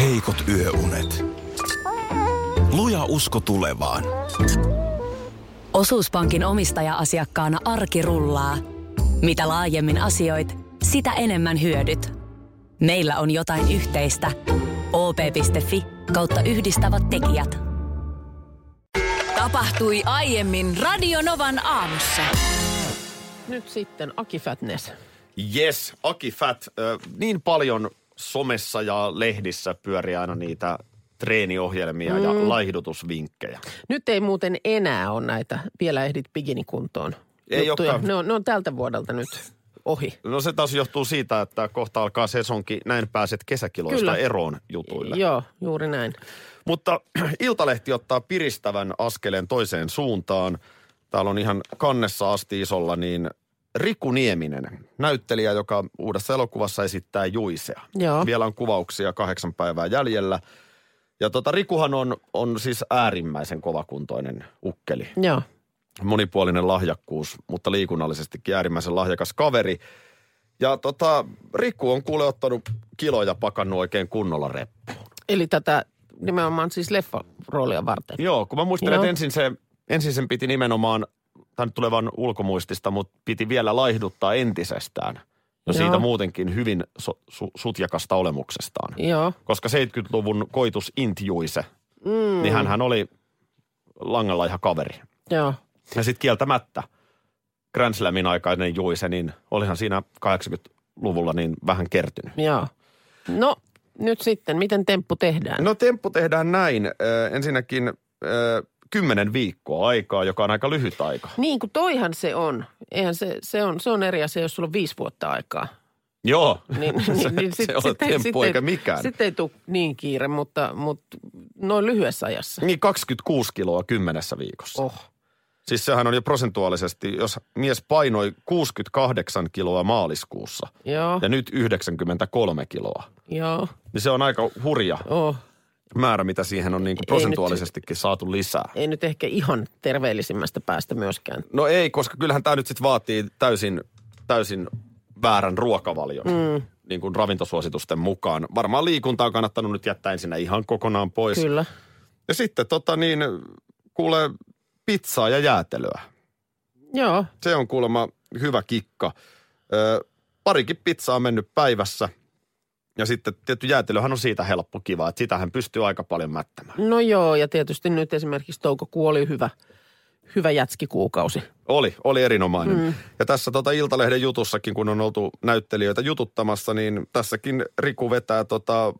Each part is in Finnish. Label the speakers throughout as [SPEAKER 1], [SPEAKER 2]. [SPEAKER 1] heikot yöunet. Luja usko tulevaan.
[SPEAKER 2] Osuuspankin omistaja-asiakkaana arki rullaa. Mitä laajemmin asioit, sitä enemmän hyödyt. Meillä on jotain yhteistä. op.fi kautta yhdistävät tekijät.
[SPEAKER 3] Tapahtui aiemmin Radionovan aamussa.
[SPEAKER 4] Nyt sitten Aki Fatness.
[SPEAKER 5] Yes, Aki Fat. Ö, Niin paljon somessa ja lehdissä pyörii aina niitä treeniohjelmia
[SPEAKER 4] Mm.
[SPEAKER 5] ja laihdutusvinkkejä.
[SPEAKER 4] Nyt ei muuten enää ole näitä vielä ehdit bikinikuntoon.
[SPEAKER 5] Ei
[SPEAKER 4] juttuja.
[SPEAKER 5] olekaan.
[SPEAKER 4] ne on, ne on tältä vuodelta nyt ohi.
[SPEAKER 5] No se taas johtuu siitä, että kohta alkaa sesonki, näin pääset kesäkiloista
[SPEAKER 4] Kyllä.
[SPEAKER 5] eroon jutuille.
[SPEAKER 4] Joo, juuri näin.
[SPEAKER 5] Mutta Iltalehti ottaa piristävän askeleen toiseen suuntaan. Täällä on ihan kannessa asti isolla niin Riku Nieminen, näyttelijä, joka uudessa elokuvassa esittää Juisea.
[SPEAKER 4] Joo.
[SPEAKER 5] Vielä on kuvauksia kahdeksan päivää jäljellä. Ja tota, Rikuhan on, on siis äärimmäisen kovakuntoinen ukkeli.
[SPEAKER 4] Joo.
[SPEAKER 5] Monipuolinen lahjakkuus, mutta liikunnallisestikin äärimmäisen lahjakas kaveri. Ja tota, Riku on kuule ottanut kiloja pakannut oikein kunnolla reppu.
[SPEAKER 4] Eli tätä nimenomaan siis leffaroolia varten.
[SPEAKER 5] Joo, kun mä muistelen,
[SPEAKER 4] Joo.
[SPEAKER 5] että ensin, se, ensin sen piti nimenomaan, tämä nyt tulevan ulkomuistista, mutta piti vielä laihduttaa entisestään. Jo siitä
[SPEAKER 4] Joo.
[SPEAKER 5] muutenkin hyvin so, su, sutjakasta olemuksestaan.
[SPEAKER 4] Joo.
[SPEAKER 5] Koska 70-luvun koitus Intjuise, mm. niin hän oli langalla ihan kaveri.
[SPEAKER 4] Joo.
[SPEAKER 5] Ja sitten kieltämättä Grand Slamin aikainen Juise, niin olihan siinä 80-luvulla niin vähän kertynyt.
[SPEAKER 4] Joo. No, nyt sitten, miten temppu tehdään?
[SPEAKER 5] No temppu tehdään näin. Ö, ensinnäkin ö, kymmenen viikkoa aikaa, joka on aika lyhyt aika.
[SPEAKER 4] Niin kuin toihan se on. Eihän se, se, on, se on eri asia, jos sulla on viisi vuotta aikaa.
[SPEAKER 5] Joo,
[SPEAKER 4] Niin,
[SPEAKER 5] se,
[SPEAKER 4] sit-
[SPEAKER 5] se on
[SPEAKER 4] sit ei-
[SPEAKER 5] temppu
[SPEAKER 4] sit ei-
[SPEAKER 5] eikä mikään.
[SPEAKER 4] Sitten ei tule niin kiire, mutta, mutta noin lyhyessä ajassa.
[SPEAKER 5] Niin 26 kiloa kymmenessä viikossa.
[SPEAKER 4] Oh.
[SPEAKER 5] Siis sehän on jo prosentuaalisesti, jos mies painoi 68 kiloa maaliskuussa
[SPEAKER 4] Joo,
[SPEAKER 5] ja nyt 93 kiloa,
[SPEAKER 4] joo,
[SPEAKER 5] niin se on aika hurja
[SPEAKER 4] oh.
[SPEAKER 5] määrä, mitä siihen on niin
[SPEAKER 4] Ei
[SPEAKER 5] kuin
[SPEAKER 4] nyt-
[SPEAKER 5] prosentuaalisestikin saatu lisää.
[SPEAKER 4] Ei nyt ehkä ihan terveellisimmästä päästä myöskään.
[SPEAKER 5] No ei, koska kyllähän tämä nyt sitten vaatii täysin, täysin väärän ruokavalion. Mm. Niin kuin ravintosuositusten mukaan. Varmaan liikuntaa on kannattanut nyt jättää ensinnä ihan kokonaan pois.
[SPEAKER 4] Kyllä.
[SPEAKER 5] Ja sitten tota niin, kuule pizzaa ja jäätelöä.
[SPEAKER 4] Joo,
[SPEAKER 5] Se on kuulemma hyvä kikka. Ö, parikin pizzaa on mennyt päivässä. Ja sitten tietty jäätelöhän on siitä helppo kiva, että sitähän pystyy aika paljon mättämään.
[SPEAKER 4] no joo, ja tietysti nyt esimerkiksi toukokuu oli hyvä, hyvä jätskikuukausi.
[SPEAKER 5] Oli, oli erinomainen. Mm. Ja tässä tota Iltalehden jutussakin, kun on oltu näyttelijöitä jututtamassa, niin tässäkin Riku vetää tota,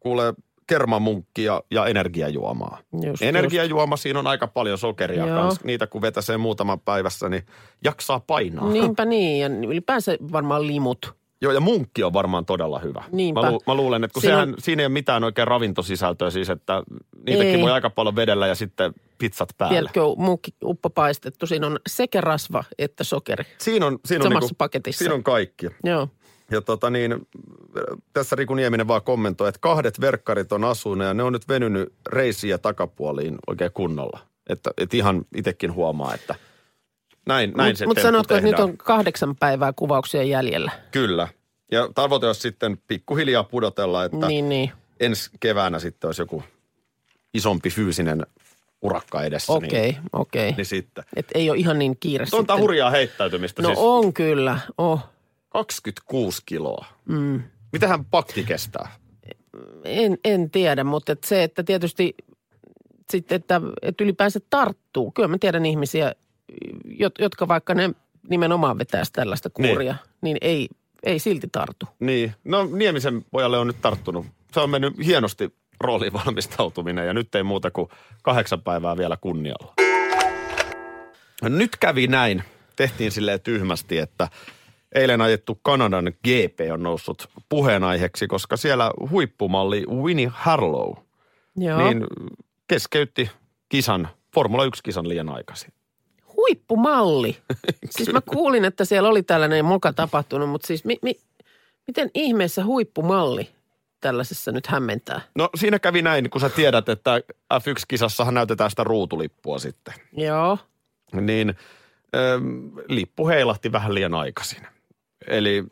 [SPEAKER 5] kuule kermamunkkia ja energiajuomaa.
[SPEAKER 4] Just,
[SPEAKER 5] Energiajuoma, siinä on aika paljon sokeria
[SPEAKER 4] Joo.
[SPEAKER 5] kanssa. Niitä kun vetäsee muutaman päivässä, niin jaksaa painaa.
[SPEAKER 4] Niinpä niin, ja ylipäänsä varmaan limut.
[SPEAKER 5] Joo, ja munkki on varmaan todella hyvä.
[SPEAKER 4] Niinpä.
[SPEAKER 5] Mä, lu- mä luulen, että kun
[SPEAKER 4] Siinä
[SPEAKER 5] siinä,
[SPEAKER 4] on-
[SPEAKER 5] sehän, siinä ei ole mitään oikein ravintosisältöä siis, että niitäkin
[SPEAKER 4] Ei.
[SPEAKER 5] voi aika paljon vedellä ja sitten pizzat päälle.
[SPEAKER 4] Tiedätkö, muukki uppo paistettu, siinä on sekä rasva että sokeri.
[SPEAKER 5] Siinä on, siinä on,
[SPEAKER 4] Samassa
[SPEAKER 5] niinku-
[SPEAKER 4] paketissa.
[SPEAKER 5] siinä on kaikki.
[SPEAKER 4] Joo,
[SPEAKER 5] Ja tota niin, äh, tässä Riku Nieminen vaan kommentoi, että kahdet verkkarit on asunut ja ne on nyt venynyt reisiä takapuoliin oikein kunnolla. Että et ihan itsekin huomaa, että näin, näin se
[SPEAKER 4] mutta
[SPEAKER 5] temppu
[SPEAKER 4] sanotko, että nyt
[SPEAKER 5] tehdään.
[SPEAKER 4] on kahdeksan päivää kuvauksia jäljellä.
[SPEAKER 5] Kyllä. Ja tavoite olisi sitten pikkuhiljaa pudotella, että niin.
[SPEAKER 4] Niin, niin.
[SPEAKER 5] ensi keväänä sitten olisi joku isompi fyysinen urakka edessä. Niin,
[SPEAKER 4] Okei, okei.
[SPEAKER 5] niin sitten.
[SPEAKER 4] Et ei ole ihan niin kiire
[SPEAKER 5] Tuon tää
[SPEAKER 4] sitten.
[SPEAKER 5] hurjaa heittäytymistä
[SPEAKER 4] No
[SPEAKER 5] siis.
[SPEAKER 4] on kyllä, oh.
[SPEAKER 5] 26 kiloa. Mm. Mitähän pakki kestää?
[SPEAKER 4] En, en tiedä, mutta et se, että tietysti sitten, että, että ylipäänsä tarttuu. Kyllä mä tiedän ihmisiä, jot- jotka vaikka ne nimenomaan vetäisi tällaista
[SPEAKER 5] Niin.
[SPEAKER 4] kuuria, niin, niin ei, ei silti tartu.
[SPEAKER 5] Niin, no Niemisen pojalle on nyt tarttunut. Se on mennyt hienosti rooliin valmistautuminen ja nyt ei muuta kuin kahdeksan päivää vielä kunnialla. Nyt kävi näin. Tehtiin silleen tyhmästi, että eilen ajettu Kanadan GP on noussut puheenaiheeksi, koska siellä huippumalli Winnie Harlow
[SPEAKER 4] Joo.
[SPEAKER 5] niin keskeytti kisan, Formula 1-kisan liian aikaisin.
[SPEAKER 4] Huippumalli. siis mä kuulin, että siellä oli tällainen moka tapahtunut, mutta siis mi, mi, miten ihmeessä huippumalli tällaisessa nyt hämmentää?
[SPEAKER 5] No siinä kävi näin, kun sä tiedät, että F1-kisassahan näytetään sitä ruutulippua sitten.
[SPEAKER 4] Joo,
[SPEAKER 5] niin ö, lippu heilahti vähän liian aikaisin. Eli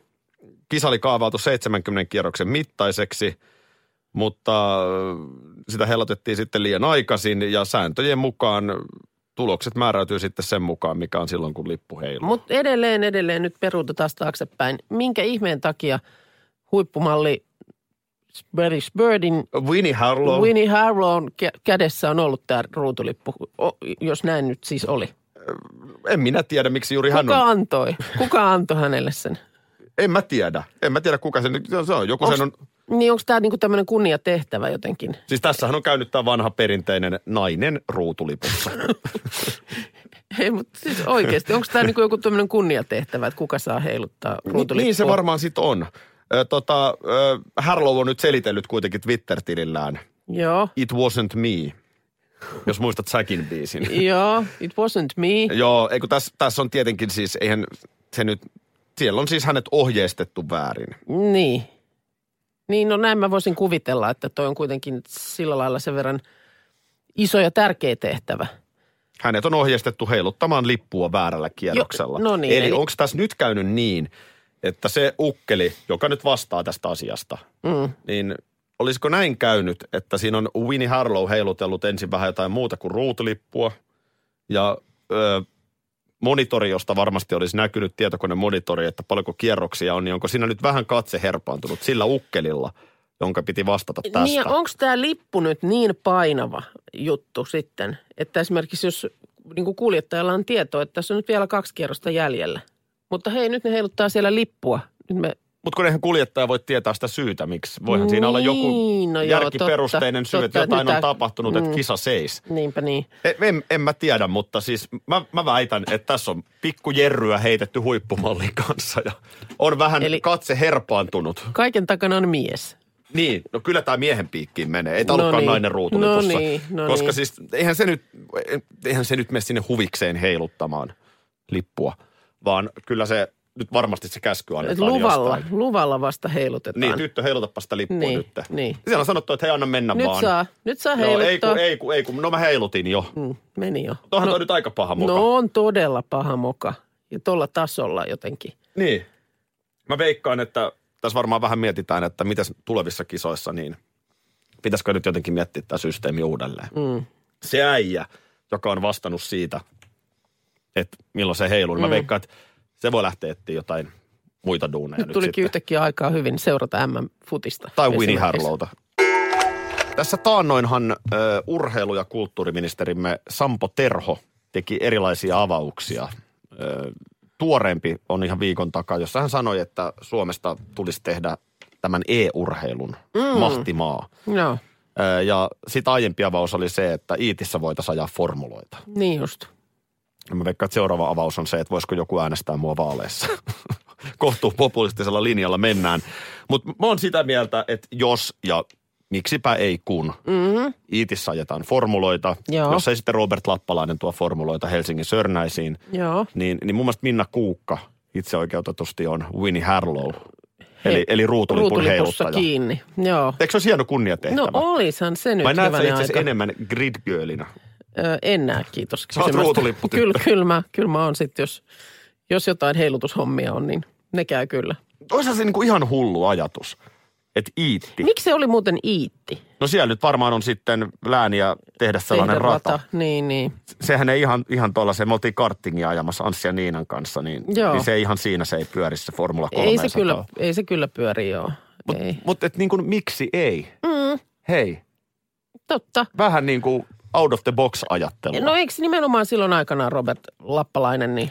[SPEAKER 5] kisa oli kaavailtu 70 kierroksen mittaiseksi. mutta äh, sitä helotettiin sitten liian aikaisin ja sääntöjen mukaan tulokset määräytyy sitten sen mukaan, mikä on silloin, kun lippu heiluu.
[SPEAKER 4] Mutta edelleen, edelleen nyt peruuta taas taaksepäin. Minkä ihmeen takia huippumalli British Birdin
[SPEAKER 5] Winnie Harlow.
[SPEAKER 4] Winnie Harlown kä- kädessä on ollut tämä ruutulippu, o- jos näin nyt siis oli.
[SPEAKER 5] En minä tiedä, miksi juuri hän
[SPEAKER 4] Kuka
[SPEAKER 5] on.
[SPEAKER 4] antoi? Kuka antoi hänelle sen? En
[SPEAKER 5] En mä tiedä. En mä tiedä, kuka sen, se on- se on. Joku sen on,
[SPEAKER 4] Niin onko tämä niinku tämmöinen kunniatehtävä jotenkin?
[SPEAKER 5] siis tässähän on käynyt tämä vanha perinteinen nainen ruutulipussa.
[SPEAKER 4] Ei, mutta siis oikeasti, onko tämä niinku joku tämmöinen kunniatehtävä, että kuka saa heiluttaa ruutulippua?
[SPEAKER 5] Niin se varmaan sitten on. Ö, Tota, ö, Harlow on nyt selitellyt kuitenkin Twitter-tilillään.
[SPEAKER 4] Joo,
[SPEAKER 5] It wasn't me, jos muistat säkin biisin.
[SPEAKER 4] joo, it wasn't me.
[SPEAKER 5] Joo, eikö tässä täs on tietenkin siis, eihän se nyt, siellä on siis hänet ohjeistettu väärin.
[SPEAKER 4] Niin. Niin, no näin mä voisin kuvitella, että toi on kuitenkin sillä lailla sen verran iso ja tärkeä tehtävä.
[SPEAKER 5] Hänet on ohjeistettu heiluttamaan lippua väärällä kierroksella.
[SPEAKER 4] no niin,
[SPEAKER 5] eli
[SPEAKER 4] eli-
[SPEAKER 5] onko tässä nyt käynyt niin, että se ukkeli, joka nyt vastaa tästä asiasta,
[SPEAKER 4] Mm.
[SPEAKER 5] niin olisiko näin käynyt, että siinä on Winnie Harlow heilutellut ensin vähän jotain muuta kuin ruutilippua ja ö, monitori, josta varmasti olisi näkynyt tietokonemonitori, että paljonko kierroksia on, niin onko siinä nyt vähän katse herpaantunut sillä ukkelilla, jonka piti vastata tästä.
[SPEAKER 4] Niin, onko tämä lippu nyt niin painava juttu sitten, että esimerkiksi jos niin kuin kuljettajalla on tieto, että tässä on nyt vielä kaksi kierrosta jäljellä. Mutta hei, nyt ne heiluttaa siellä lippua. Nyt me
[SPEAKER 5] Mutta kun eihän kuljettaja voi tietää sitä syytä, miksi. Voihan siinä olla joku
[SPEAKER 4] Niin, no joo,
[SPEAKER 5] järkiperusteinen
[SPEAKER 4] totta,
[SPEAKER 5] syy, että
[SPEAKER 4] totta, että
[SPEAKER 5] jotain
[SPEAKER 4] nyt
[SPEAKER 5] on
[SPEAKER 4] tää-
[SPEAKER 5] tapahtunut, että
[SPEAKER 4] mm.
[SPEAKER 5] kisa seis.
[SPEAKER 4] Niinpä niin.
[SPEAKER 5] En, en, en mä tiedä, mutta siis mä, mä väitän, että tässä on pikku jerryä heitetty huippumallin kanssa ja on vähän Eli...
[SPEAKER 4] Eli-
[SPEAKER 5] katse herpaantunut.
[SPEAKER 4] Kaiken takana on mies.
[SPEAKER 5] Niin, no kyllä tämä miehen piikkiin menee. Ei tämä
[SPEAKER 4] No
[SPEAKER 5] ollutkaan
[SPEAKER 4] niin.
[SPEAKER 5] nainen ruutulipussa.
[SPEAKER 4] No niin, no
[SPEAKER 5] koska
[SPEAKER 4] niin.
[SPEAKER 5] siis eihän se, nyt, eihän se nyt mene sinne huvikseen heiluttamaan lippua, vaan kyllä se nyt varmasti se käsky
[SPEAKER 4] Et
[SPEAKER 5] annetaan
[SPEAKER 4] luvalla,
[SPEAKER 5] jostain.
[SPEAKER 4] luvalla vasta heilutetaan.
[SPEAKER 5] Niin, tyttö, heilutapa sitä lippua
[SPEAKER 4] Niin,
[SPEAKER 5] nyt.
[SPEAKER 4] niin.
[SPEAKER 5] Siellä on sanottu, että hei, anna mennä
[SPEAKER 4] nyt
[SPEAKER 5] vaan.
[SPEAKER 4] saa, nyt saa
[SPEAKER 5] Joo, ei
[SPEAKER 4] heiluttaa.
[SPEAKER 5] kun, ei kun, ei kun. No mä heilutin jo.
[SPEAKER 4] Mm, meni jo.
[SPEAKER 5] Tuohan no, toi nyt aika paha muka.
[SPEAKER 4] No on todella paha moka. Ja tuolla tasolla jotenkin.
[SPEAKER 5] Niin. Mä veikkaan, että tässä varmaan vähän mietitään, että mitäs tulevissa kisoissa, niin pitäisikö nyt jotenkin miettiä tämä systeemi uudelleen.
[SPEAKER 4] Mm.
[SPEAKER 5] Se äijä, joka on vastannut siitä, että milloin se heiluu,
[SPEAKER 4] Mm.
[SPEAKER 5] niin mä veikkaan, että se voi lähteä etsiä jotain muita duuneja nyt,
[SPEAKER 4] Nyt tulikin
[SPEAKER 5] sitten.
[SPEAKER 4] yhtäkkiä aikaa hyvin seurata MM-futista.
[SPEAKER 5] Tai Winnie
[SPEAKER 4] esimerkiksi.
[SPEAKER 5] Harlowta. Tässä taannoinhan ö, urheilu- ja kulttuuriministerimme Sampo Terho teki erilaisia avauksia. Ö, tuoreempi on ihan viikon takaa, jossa hän sanoi, että Suomesta tulisi tehdä tämän e-urheilun mm. mahtimaa.
[SPEAKER 4] Joo,
[SPEAKER 5] Ö, ja sitten aiempi avaus oli se, että Iitissä voitaisiin ajaa formuloita.
[SPEAKER 4] niin just.
[SPEAKER 5] Ja mä veikkaan, että seuraava avaus on se, että voisiko joku äänestää mua vaaleissa. Kohtuu populistisella linjalla mennään. Mutta mä oon sitä mieltä, että jos ja miksipä ei kun.
[SPEAKER 4] Mm-hmm.
[SPEAKER 5] Iitissä ajetaan formuloita.
[SPEAKER 4] Joo.
[SPEAKER 5] Jos ei sitten Robert Lappalainen tuo formuloita Helsingin Sörnäisiin,
[SPEAKER 4] Joo.
[SPEAKER 5] niin, niin mun mielestä Minna Kuukka itse oikeutetusti on Winnie Harlow. Eli, eli ruutulipun
[SPEAKER 4] Ruutulipussa
[SPEAKER 5] heiluttaja.
[SPEAKER 4] kiinni, joo.
[SPEAKER 5] Eikö se olisi hieno kunniatehtävä?
[SPEAKER 4] No olishan se nyt
[SPEAKER 5] Vai näet sä
[SPEAKER 4] hyvänen
[SPEAKER 5] itse asiassa
[SPEAKER 4] aika.
[SPEAKER 5] enemmän grid girlinä?
[SPEAKER 4] Ö, en näe, kiitos.
[SPEAKER 5] oot
[SPEAKER 4] kysymästä.
[SPEAKER 5] ruutulipputyttö.
[SPEAKER 4] Kyllä, kyllä mä, kyllä mä oon sitten, jos, jos jotain heilutushommia on, niin ne käy kyllä.
[SPEAKER 5] Oishan se niinku ihan hullu ajatus, että Iitti.
[SPEAKER 4] Miksi se oli muuten iitti?
[SPEAKER 5] No siellä nyt varmaan on sitten lääniä tehdä sellainen
[SPEAKER 4] Tehdä
[SPEAKER 5] rata. rata.
[SPEAKER 4] Niin, niin.
[SPEAKER 5] Sehän ei ihan, ihan tuollaisen, me oltiin karttingia ajamassa Anssi ja Niinan kanssa, niin,
[SPEAKER 4] Joo.
[SPEAKER 5] niin se ei ihan siinä se ei pyöri se Formula 300.
[SPEAKER 4] Ei se, kyllä, ei se kyllä pyöri, joo. Mut, ei.
[SPEAKER 5] Mutta et niin kuin miksi ei?
[SPEAKER 4] Mm,
[SPEAKER 5] Hei,
[SPEAKER 4] totta.
[SPEAKER 5] vähän niin kuin out of the box ajattelua.
[SPEAKER 4] No eikö nimenomaan silloin aikanaan Robert Lappalainen, niin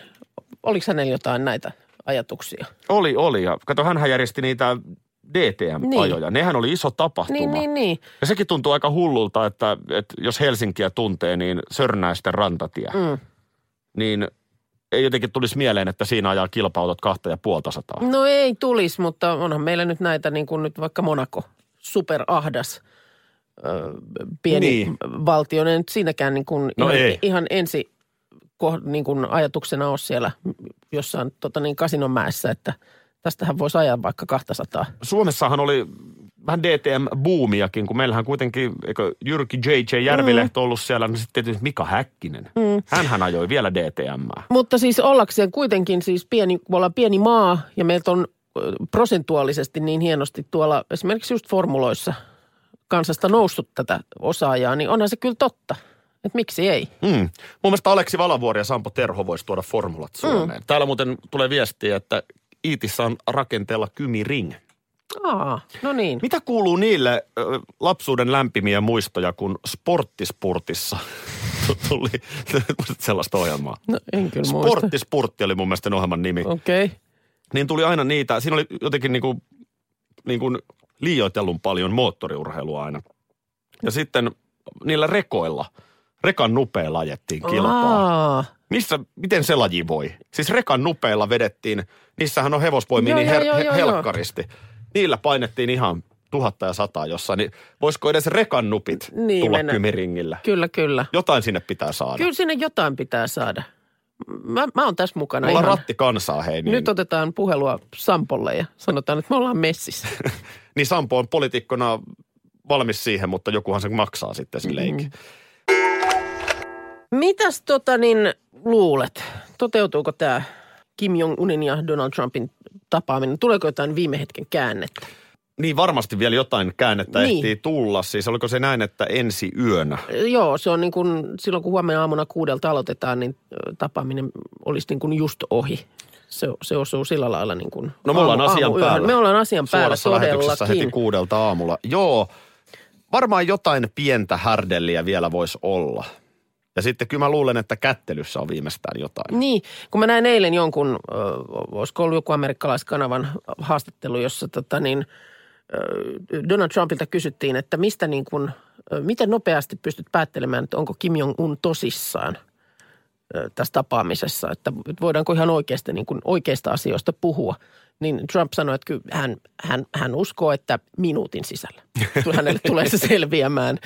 [SPEAKER 4] oliko hänellä jotain näitä ajatuksia?
[SPEAKER 5] Oli, oli. Ja kato, hänhän järjesti niitä DTM-ajoja. Niin. Nehän oli iso tapahtuma.
[SPEAKER 4] Niin, niin, niin.
[SPEAKER 5] Ja sekin tuntuu aika hullulta, että, että jos Helsinkiä tuntee, niin Sörnäisten rantatie.
[SPEAKER 4] Mm.
[SPEAKER 5] Niin ei jotenkin tulisi mieleen, että siinä ajaa kilpautot kahta ja puolta sataa.
[SPEAKER 4] No ei tulisi, mutta onhan meillä nyt näitä, niin kuin nyt vaikka Monaco, superahdas ö, pieni
[SPEAKER 5] Niin.
[SPEAKER 4] niin. valtio. Ne nyt siinäkään niin kuin
[SPEAKER 5] No
[SPEAKER 4] ihan,
[SPEAKER 5] ei.
[SPEAKER 4] ihan ensi koh- niin kuin ajatuksena on siellä jossain tota niin, kasinonmäessä, että tästähän voisi ajaa vaikka 200.
[SPEAKER 5] Suomessahan oli vähän DTM-buumiakin, kun meillähän kuitenkin, eikö Jyrki J.J. Järvilehto ollut siellä, no sitten tietysti Mika Häkkinen. Mm. Hänhän ajoi vielä DTMää.
[SPEAKER 4] Mutta siis ollakseen kuitenkin siis pieni, kun ollaan pieni maa ja meiltä on ö, prosentuaalisesti niin hienosti tuolla esimerkiksi just formuloissa kansasta noussut tätä osaajaa, niin onhan se kyllä totta. Että miksi ei?
[SPEAKER 5] Mm. Mun mielestä Aleksi Valavuori ja Sampo Terho voisi tuoda formulat Suomeen. Mm. Täällä muuten tulee viestiä, että Iitissä on rakenteella Kymi Ring.
[SPEAKER 4] Aa, no niin.
[SPEAKER 5] Mitä kuuluu niille ö, lapsuuden lämpimiä muistoja, kun Sporttispurtissa tuli muistat sellaista ohjelmaa?
[SPEAKER 4] No en kyllä muista.
[SPEAKER 5] Sporttispurtti oli mun mielestä sen ohjelman nimi.
[SPEAKER 4] Okei. Okay.
[SPEAKER 5] Niin tuli aina niitä, siinä oli jotenkin niin kuin, niin kuin liioitellun paljon moottoriurheilua aina. Ja sitten niillä rekoilla, rekan nupeilla ajettiin kilpaa.
[SPEAKER 4] Aa,
[SPEAKER 5] Missä, miten se laji voi? Siis rekan nupeilla vedettiin, niissähän on hevosvoimia
[SPEAKER 4] Joo,
[SPEAKER 5] niin
[SPEAKER 4] joo,
[SPEAKER 5] her-
[SPEAKER 4] joo,
[SPEAKER 5] he-
[SPEAKER 4] joo, joo.
[SPEAKER 5] helkkaristi. Niillä painettiin ihan tuhatta ja sataa jossain, niin voisiko edes rekan nupit
[SPEAKER 4] Niin,
[SPEAKER 5] tulla
[SPEAKER 4] mennä.
[SPEAKER 5] kymiringillä?
[SPEAKER 4] kyllä, kyllä.
[SPEAKER 5] Jotain sinne pitää saada.
[SPEAKER 4] Kyllä sinne jotain pitää saada. Mä, mä oon tässä mukana.
[SPEAKER 5] Mulla on
[SPEAKER 4] ihan.
[SPEAKER 5] ratti kansaa, hei. Niin,
[SPEAKER 4] Nyt otetaan puhelua Sampolle ja sanotaan, että me ollaan messissä.
[SPEAKER 5] niin Sampo on poliitikkona valmis siihen, mutta jokuhan se maksaa sitten se leikki. Mm.
[SPEAKER 4] Mm-hmm. Mitäs tota niin luulet? Toteutuuko tämä Kim Jong-unin ja Donald Trumpin tapaaminen? Tuleeko jotain viime hetken käännettä?
[SPEAKER 5] Niin varmasti vielä jotain käännettä niin.
[SPEAKER 4] Niin.
[SPEAKER 5] ehtii tulla. Siis oliko se näin, että ensi yönä?
[SPEAKER 4] Joo, se on niin kuin silloin kun huomenna aamuna kuudelta aloitetaan, niin ö, tapaaminen olisi niin kuin just ohi. Se, se osuu sillä lailla niin kuin
[SPEAKER 5] No me ollaan
[SPEAKER 4] aamu-
[SPEAKER 5] asian
[SPEAKER 4] aamuyöhön.
[SPEAKER 5] päällä.
[SPEAKER 4] Me ollaan asian päällä
[SPEAKER 5] Suorassa lähetyksessä heti
[SPEAKER 4] todellakin.
[SPEAKER 5] kuudelta aamulla. Joo, varmaan jotain pientä härdelliä vielä voisi olla. Ja sitten kyllä mä luulen, että kättelyssä on viimeistään jotain.
[SPEAKER 4] Niin, kun mä näin eilen jonkun, ö, olisiko ollut joku amerikkalaiskanavan haastattelu, jossa tota niin, ö, Donald Trumpilta kysyttiin, että mistä niin kuin, ö, miten nopeasti pystyt päättelemään, että onko Kim Jong-un tosissaan ö, tässä tapaamisessa, että voidaanko ihan oikeasti, niin kuin oikeista asioista puhua. Niin Trump sanoi, että kyllä hän, hän, hän uskoo, että minuutin sisällä Tule- hänelle tulee se selviämään.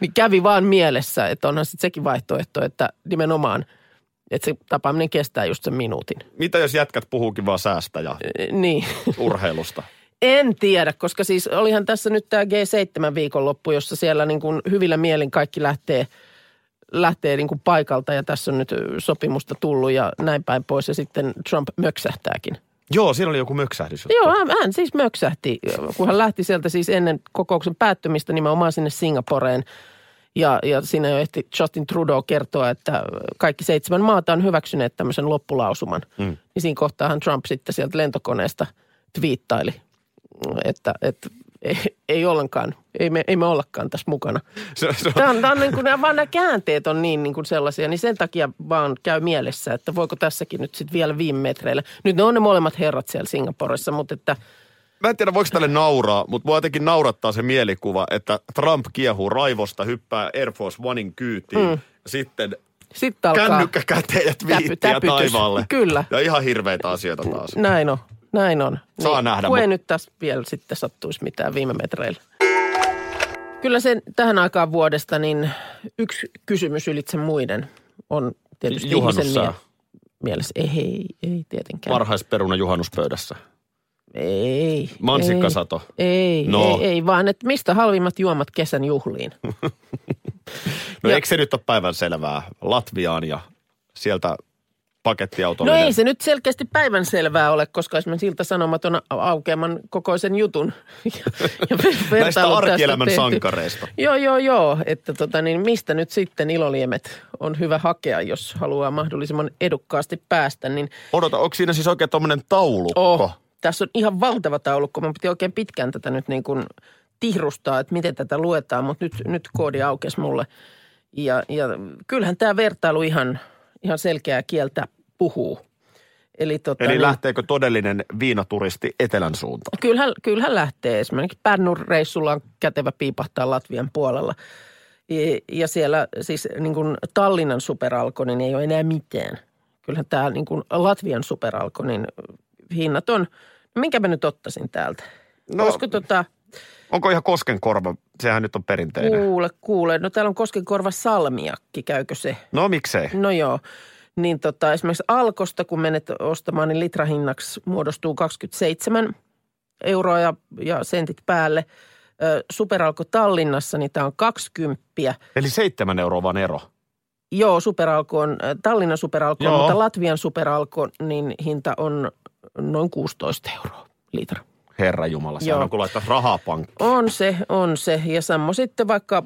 [SPEAKER 4] Niin kävi vaan mielessä, että onhan sitten sekin vaihtoehto, että nimenomaan – että se tapaaminen kestää just sen minuutin.
[SPEAKER 5] Mitä jos jätkät puhuukin vaan säästä ja
[SPEAKER 4] E, Niin.
[SPEAKER 5] urheilusta?
[SPEAKER 4] En tiedä, koska siis olihan tässä nyt tämä G7-viikonloppu, jossa siellä niin kuin hyvillä mielin kaikki lähtee, lähtee niin kuin paikalta ja tässä on nyt sopimusta tullut ja näin päin pois ja sitten Trump möksähtääkin.
[SPEAKER 5] Joo, siinä oli joku möksähdys.
[SPEAKER 4] Joo, hän, hän siis möksähti, kun hän lähti sieltä siis ennen kokouksen päättymistä nimenomaan sinne Singaporeen. Ja, ja siinä jo ehti Justin Trudeau kertoa, että kaikki seitsemän maata on hyväksyneet tämmöisen loppulausuman. Mm. Niin siinä kohtaahan Trump sitten sieltä lentokoneesta twiittaili, että, että ei, ei ollenkaan, ei me, ei me ollakaan tässä mukana.
[SPEAKER 5] Se, se on
[SPEAKER 4] Tämä on, tämä on niin kuin, nämä, vaan nämä käänteet on niin, niin kuin sellaisia, niin sen takia vaan käy mielessä, että voiko tässäkin nyt sitten vielä viime metreillä. Nyt ne on ne molemmat herrat siellä Singaporessa, mutta että
[SPEAKER 5] Mä en tiedä, voiko tälle nauraa, mutta mua jotenkin naurattaa se mielikuva, että Trump kiehuu raivosta, hyppää Air Force Onein kyytiin, mm. sitten
[SPEAKER 4] sitten alkaa.
[SPEAKER 5] kännykkä käteen ja twiittiä
[SPEAKER 4] täpytys.
[SPEAKER 5] taivaalle.
[SPEAKER 4] Kyllä. No.
[SPEAKER 5] Ja ihan hirveitä asioita taas.
[SPEAKER 4] Näin on, näin on. Niin,
[SPEAKER 5] Saa nähdä,
[SPEAKER 4] Kun ei
[SPEAKER 5] mut-
[SPEAKER 4] nyt tässä vielä sitten sattuisi mitään viime metreillä. Kyllä sen tähän aikaan vuodesta niin yksi kysymys ylitse muiden on tietysti ihmisen
[SPEAKER 5] Juhannussää.
[SPEAKER 4] mie- mielessä. Ei, ei, ei tietenkään.
[SPEAKER 5] Varhaisperuna juhannuspöydässä.
[SPEAKER 4] Ei.
[SPEAKER 5] Mansikkasato.
[SPEAKER 4] Ei, ei,
[SPEAKER 5] No.
[SPEAKER 4] no. ei, ei, vaan että mistä halvimmat juomat kesän juhliin.
[SPEAKER 5] No
[SPEAKER 4] Ja-
[SPEAKER 5] eikö se nyt ole päivän selvää? Latviaan ja sieltä
[SPEAKER 4] No
[SPEAKER 5] pakettiautollinen.
[SPEAKER 4] ei se nyt selkeästi päivänselvää ole, koska esimerkiksi siltä sanomaton aukeaman kokoisen jutun ja, ja vertailun
[SPEAKER 5] Näistä
[SPEAKER 4] tästä
[SPEAKER 5] arkielämän
[SPEAKER 4] tehty.
[SPEAKER 5] sankareista.
[SPEAKER 4] Joo, joo, joo. Että tota, niin mistä nyt sitten iloliemet on hyvä hakea, jos haluaa mahdollisimman edukkaasti päästä, niin
[SPEAKER 5] Odota, onko siinä siis oikein tommonen taulukko?
[SPEAKER 4] oh, tässä on ihan valtava taulukko. Mä piti oikein pitkään tätä nyt niin kuin tihrustaa, että miten tätä luetaan, mutta nyt, nyt koodi aukesi mulle. Ja, ja kyllähän tämä vertailu ihan, ihan selkeää kieltä puhuu. Eli, tota,
[SPEAKER 5] Eli
[SPEAKER 4] niin-
[SPEAKER 5] lähteekö todellinen viinaturisti etelän suuntaan?
[SPEAKER 4] Kyllähän, kyllähän lähtee. Esimerkiksi Pärnun reissulla on kätevä piipahtaa Latvian puolella. E- Ja siellä siis niin kuin Tallinnan superalko, niin ei ole enää mitään. Kyllähän tämä niin kuin Latvian superalko, niin hinnat on. No minkä mä nyt ottaisin täältä?
[SPEAKER 5] No-
[SPEAKER 4] No, Olisiko tota,
[SPEAKER 5] Onko ihan koskenkorva? Sehän nyt on perinteinen.
[SPEAKER 4] kuule, kuule, no täällä on Koskenkorva salmiakki, käykö se?
[SPEAKER 5] No miksei?
[SPEAKER 4] No joo. Niin tota, esimerkiksi Alkosta, kun menet ostamaan, niin litrahinnaksi muodostuu 27 euroa ja, ja sentit päälle. Ö, Superalko Tallinnassa, niin tämä on 20.
[SPEAKER 5] Eli seitsemän euroa vaan ero.
[SPEAKER 4] Joo, Superalko on, ö, Tallinnan Superalko,
[SPEAKER 5] Joo.
[SPEAKER 4] on, mutta Latvian Superalko, niin hinta on noin 16 euroa litra.
[SPEAKER 5] Herra Jumala, se
[SPEAKER 4] Joo.
[SPEAKER 5] on kun laittaa rahaa pankkiin.
[SPEAKER 4] On se, on se. Ja Sammo sitten vaikka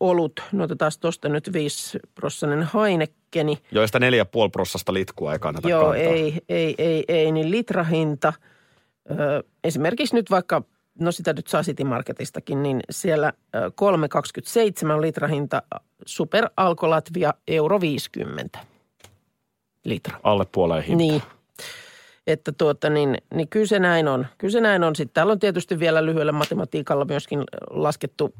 [SPEAKER 4] olut, no otetaan tuosta nyt 5 prossanen Heinekeni.
[SPEAKER 5] Joista neljä puoli prossasta litkua ei kannata
[SPEAKER 4] Joo,
[SPEAKER 5] kantaa.
[SPEAKER 4] ei, ei, ei, ei, niin litrahinta. Ö, esimerkiksi nyt vaikka, no sitä nyt saa City Marketistakin, niin siellä ö, 3,27 on litrahinta, Super Alko Latvia euro 50 litra.
[SPEAKER 5] Alle puoleen hintaan.
[SPEAKER 4] Niin. Että tuota, niin, niin kyllä se näin on. Kyllä se näin on. Sitten täällä on tietysti vielä lyhyellä matematiikalla myöskin laskettu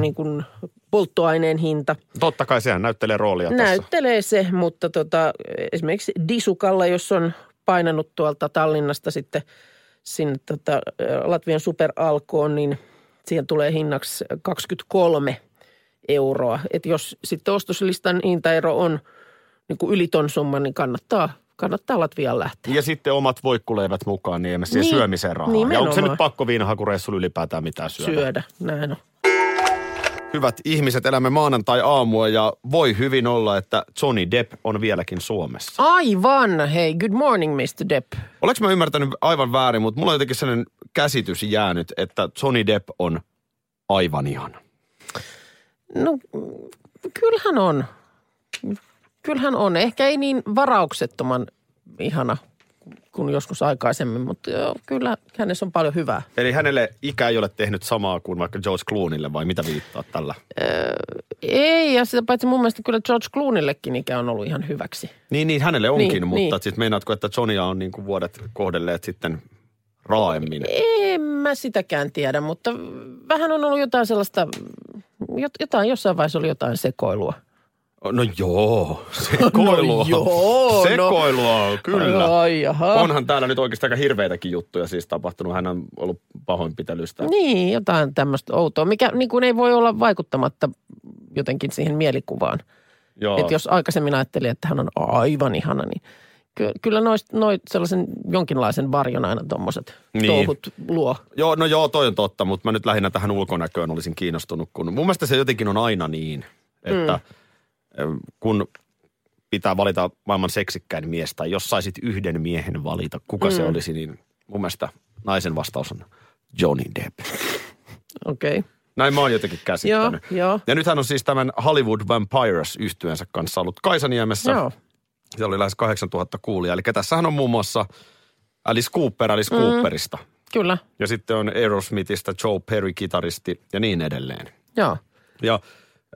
[SPEAKER 4] niin kuin polttoaineen hinta.
[SPEAKER 5] Totta kai sehän näyttelee roolia tässä.
[SPEAKER 4] Näyttelee se, mutta tota, esimerkiksi Disukalla, jos on painanut tuolta Tallinnasta sitten sinne tota, ö, Latvian superalkoon, niin siihen tulee hinnaksi 23 euroa. Et jos sitten ostoslistan hintaero on niin kuin yli ton summan, niin kannattaa, kannattaa Latviaan lähteä.
[SPEAKER 5] Ja sitten omat voikkuleivät mukaan, niin emme siihen
[SPEAKER 4] Niin,
[SPEAKER 5] syömiseen rahaa. Ja onko se
[SPEAKER 4] nimenomaan.
[SPEAKER 5] nyt pakko viinahakureissulla ylipäätään mitään syödä?
[SPEAKER 4] syödä. Näin on.
[SPEAKER 5] Hyvät ihmiset, elämme maanantai-aamua ja voi hyvin olla, että Johnny Depp on vieläkin Suomessa.
[SPEAKER 4] Aivan, hei, good morning Mr. Depp.
[SPEAKER 5] Oletko mä ymmärtänyt aivan väärin, mutta mulla on jotenkin sellainen käsitys jäänyt, että Johnny Depp on aivan ihana.
[SPEAKER 4] No mm, kyllähän on. Kyllähän on. Ehkä ei niin varauksettoman ihana kuin joskus aikaisemmin, mutta joo, kyllä hänessä on paljon hyvää.
[SPEAKER 5] Eli hänelle ikä ei ole tehnyt samaa kuin vaikka George Clooneylle, vai mitä viittaa tällä?
[SPEAKER 4] Ei, ja sitä paitsi mun mielestä kyllä George Cloonillekin ikä on ollut ihan hyväksi.
[SPEAKER 5] Niin, niin hänelle onkin, niin,
[SPEAKER 4] Niin,
[SPEAKER 5] mutta niin.
[SPEAKER 4] niin.
[SPEAKER 5] sitten meinaatko, että Johnia on niin kuin vuodet kohdelleet sitten raaemmin?
[SPEAKER 4] En mä sitäkään tiedä, mutta vähän on ollut jotain sellaista, jot- jotain, jossain vaiheessa oli jotain sekoilua.
[SPEAKER 5] No joo, sekoilua.
[SPEAKER 4] No joo, no.
[SPEAKER 5] sekoilua, no. kyllä.
[SPEAKER 4] Ai, jaha.
[SPEAKER 5] Onhan täällä nyt oikeastaan aika hirveitäkin juttuja siis tapahtunut. Hän on ollut pahoinpitelystä.
[SPEAKER 4] Niin, jotain tämmöistä outoa, mikä niin kuin ei voi olla vaikuttamatta jotenkin siihen mielikuvaan.
[SPEAKER 5] Joo.
[SPEAKER 4] Että jos aikaisemmin ajattelin, että hän on aivan ihana, niin ky- kyllä noit, noit sellaisen jonkinlaisen varjon aina tuommoiset
[SPEAKER 5] Niin.
[SPEAKER 4] niin. touhut luo.
[SPEAKER 5] joo, no joo, toi on totta, mutta mä nyt lähinnä tähän ulkonäköön olisin kiinnostunut, kun mun mielestä se jotenkin on aina niin, että mm. kun pitää valita maailman seksikkäin mies tai jos saisit yhden miehen valita, kuka mm. se olisi, niin mun mielestä naisen vastaus on Johnny Depp.
[SPEAKER 4] Okei. Okay.
[SPEAKER 5] Näin mä oon jotenkin käsittänyt.
[SPEAKER 4] Joo, joo.
[SPEAKER 5] Ja nythän on siis tämän Hollywood Vampires yhtyensä kanssa ollut Kaisaniemessä.
[SPEAKER 4] Joo.
[SPEAKER 5] Siellä oli lähes 8000 kuulia. Eli tässähän on muun muassa Alice Cooper Alice mm. Cooperista.
[SPEAKER 4] Kyllä,
[SPEAKER 5] Ja sitten on Aerosmithista Joe Perry kitaristi ja niin edelleen.
[SPEAKER 4] joo.
[SPEAKER 5] Ja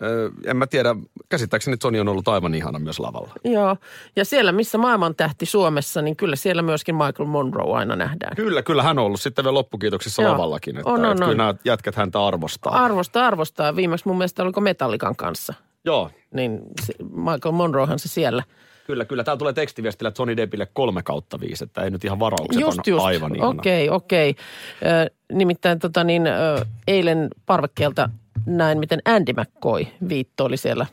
[SPEAKER 5] ö, en mä tiedä, käsittääkseni Toni on ollut aivan ihana myös lavalla.
[SPEAKER 4] Joo. Ja siellä, missä maailman tähti Suomessa, niin kyllä siellä myöskin Michael Monroe aina nähdään.
[SPEAKER 5] Kyllä, kyllä hän on ollut sitten vielä loppukiitoksissa
[SPEAKER 4] Joo.
[SPEAKER 5] lavallakin. Että,
[SPEAKER 4] On, on,
[SPEAKER 5] että
[SPEAKER 4] on.
[SPEAKER 5] kyllä nämä jätkät häntä arvostaa.
[SPEAKER 4] Arvostaa, arvostaa. Viimeksi mun mielestä oliko Metallikan kanssa,
[SPEAKER 5] Joo,
[SPEAKER 4] niin se- Michael Monroehan se siellä –
[SPEAKER 5] kyllä, kyllä. Täällä tulee tekstiviestillä Johnny Deppille kolme kautta viisi, että ei nyt ihan varaukset on aivan ihana.
[SPEAKER 4] Okei, okei. Ö, Nimittäin tota niin, ö, eilen parvekkeelta näin, miten Andy McCoy viitto oli siellä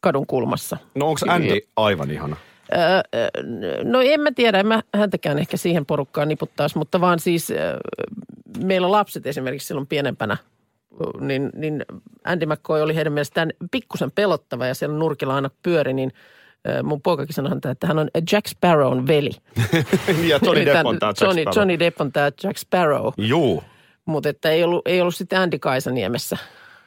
[SPEAKER 4] kadun kulmassa.
[SPEAKER 5] No onko Andy aivan ihana?
[SPEAKER 4] Ö, ö, No en mä tiedä, en mä häntäkään ehkä siihen porukkaan niputtaisi, mutta vaan siis ö, meillä lapset esimerkiksi silloin pienempänä, ö, niin, niin Andy McCoy oli heidän mielestään pikkusen pelottava ja siellä nurkilla aina pyöri, niin ö, mun poikakin sanoi, häntä, että hän on Jack Sparrown veli.
[SPEAKER 5] ja Johnny Depp
[SPEAKER 4] Nimittäin
[SPEAKER 5] on tää Jack
[SPEAKER 4] Johnny,
[SPEAKER 5] Sparrow. Mm.
[SPEAKER 4] Johnny Depp on tämä Jack Sparrow.
[SPEAKER 5] Juu.
[SPEAKER 4] Mutta että ei ollut, ei ollut sitten Andy Kaisaniemessä.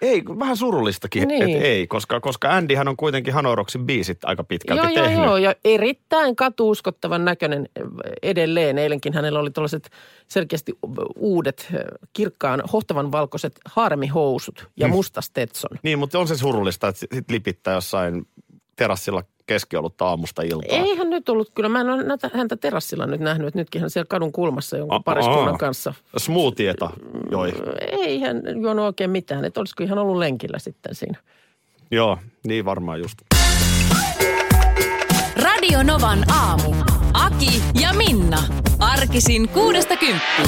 [SPEAKER 5] Ei, kun vähän surullistakin, niin.
[SPEAKER 4] Niin.
[SPEAKER 5] että ei, koska, koska Andyhän on kuitenkin Hanoroksin biisit aika pitkälti
[SPEAKER 4] joo,
[SPEAKER 5] tehnyt.
[SPEAKER 4] joo, joo, ja erittäin katuuskottavan näköinen eh, edelleen. Eilenkin hänellä oli tuollaiset selkeästi uudet, eh, kirkkaan, hohtavan valkoiset haaremihousut
[SPEAKER 5] Mm.
[SPEAKER 4] ja musta Stetson.
[SPEAKER 5] Niin, mutta on se surullista, että sit lipittää jossain terassilla keskiolutta aamusta iltaan.
[SPEAKER 4] Eihän nyt ollut, kyllä mä en ole näitä, häntä terassilla nyt nähnyt, että nytkin hän siellä kadun kulmassa
[SPEAKER 5] A-
[SPEAKER 4] jonkun pariskunnan
[SPEAKER 5] aa.
[SPEAKER 4] kanssa.
[SPEAKER 5] Smoothieta joi.
[SPEAKER 4] Ei hän juonut oikein mitään, että olisiko ihan ollut lenkillä sitten siinä.
[SPEAKER 5] Joo, niin varmaan just.
[SPEAKER 3] Radio Novan aamu. Aki ja Minna. Arkisin kuudesta kymppiin.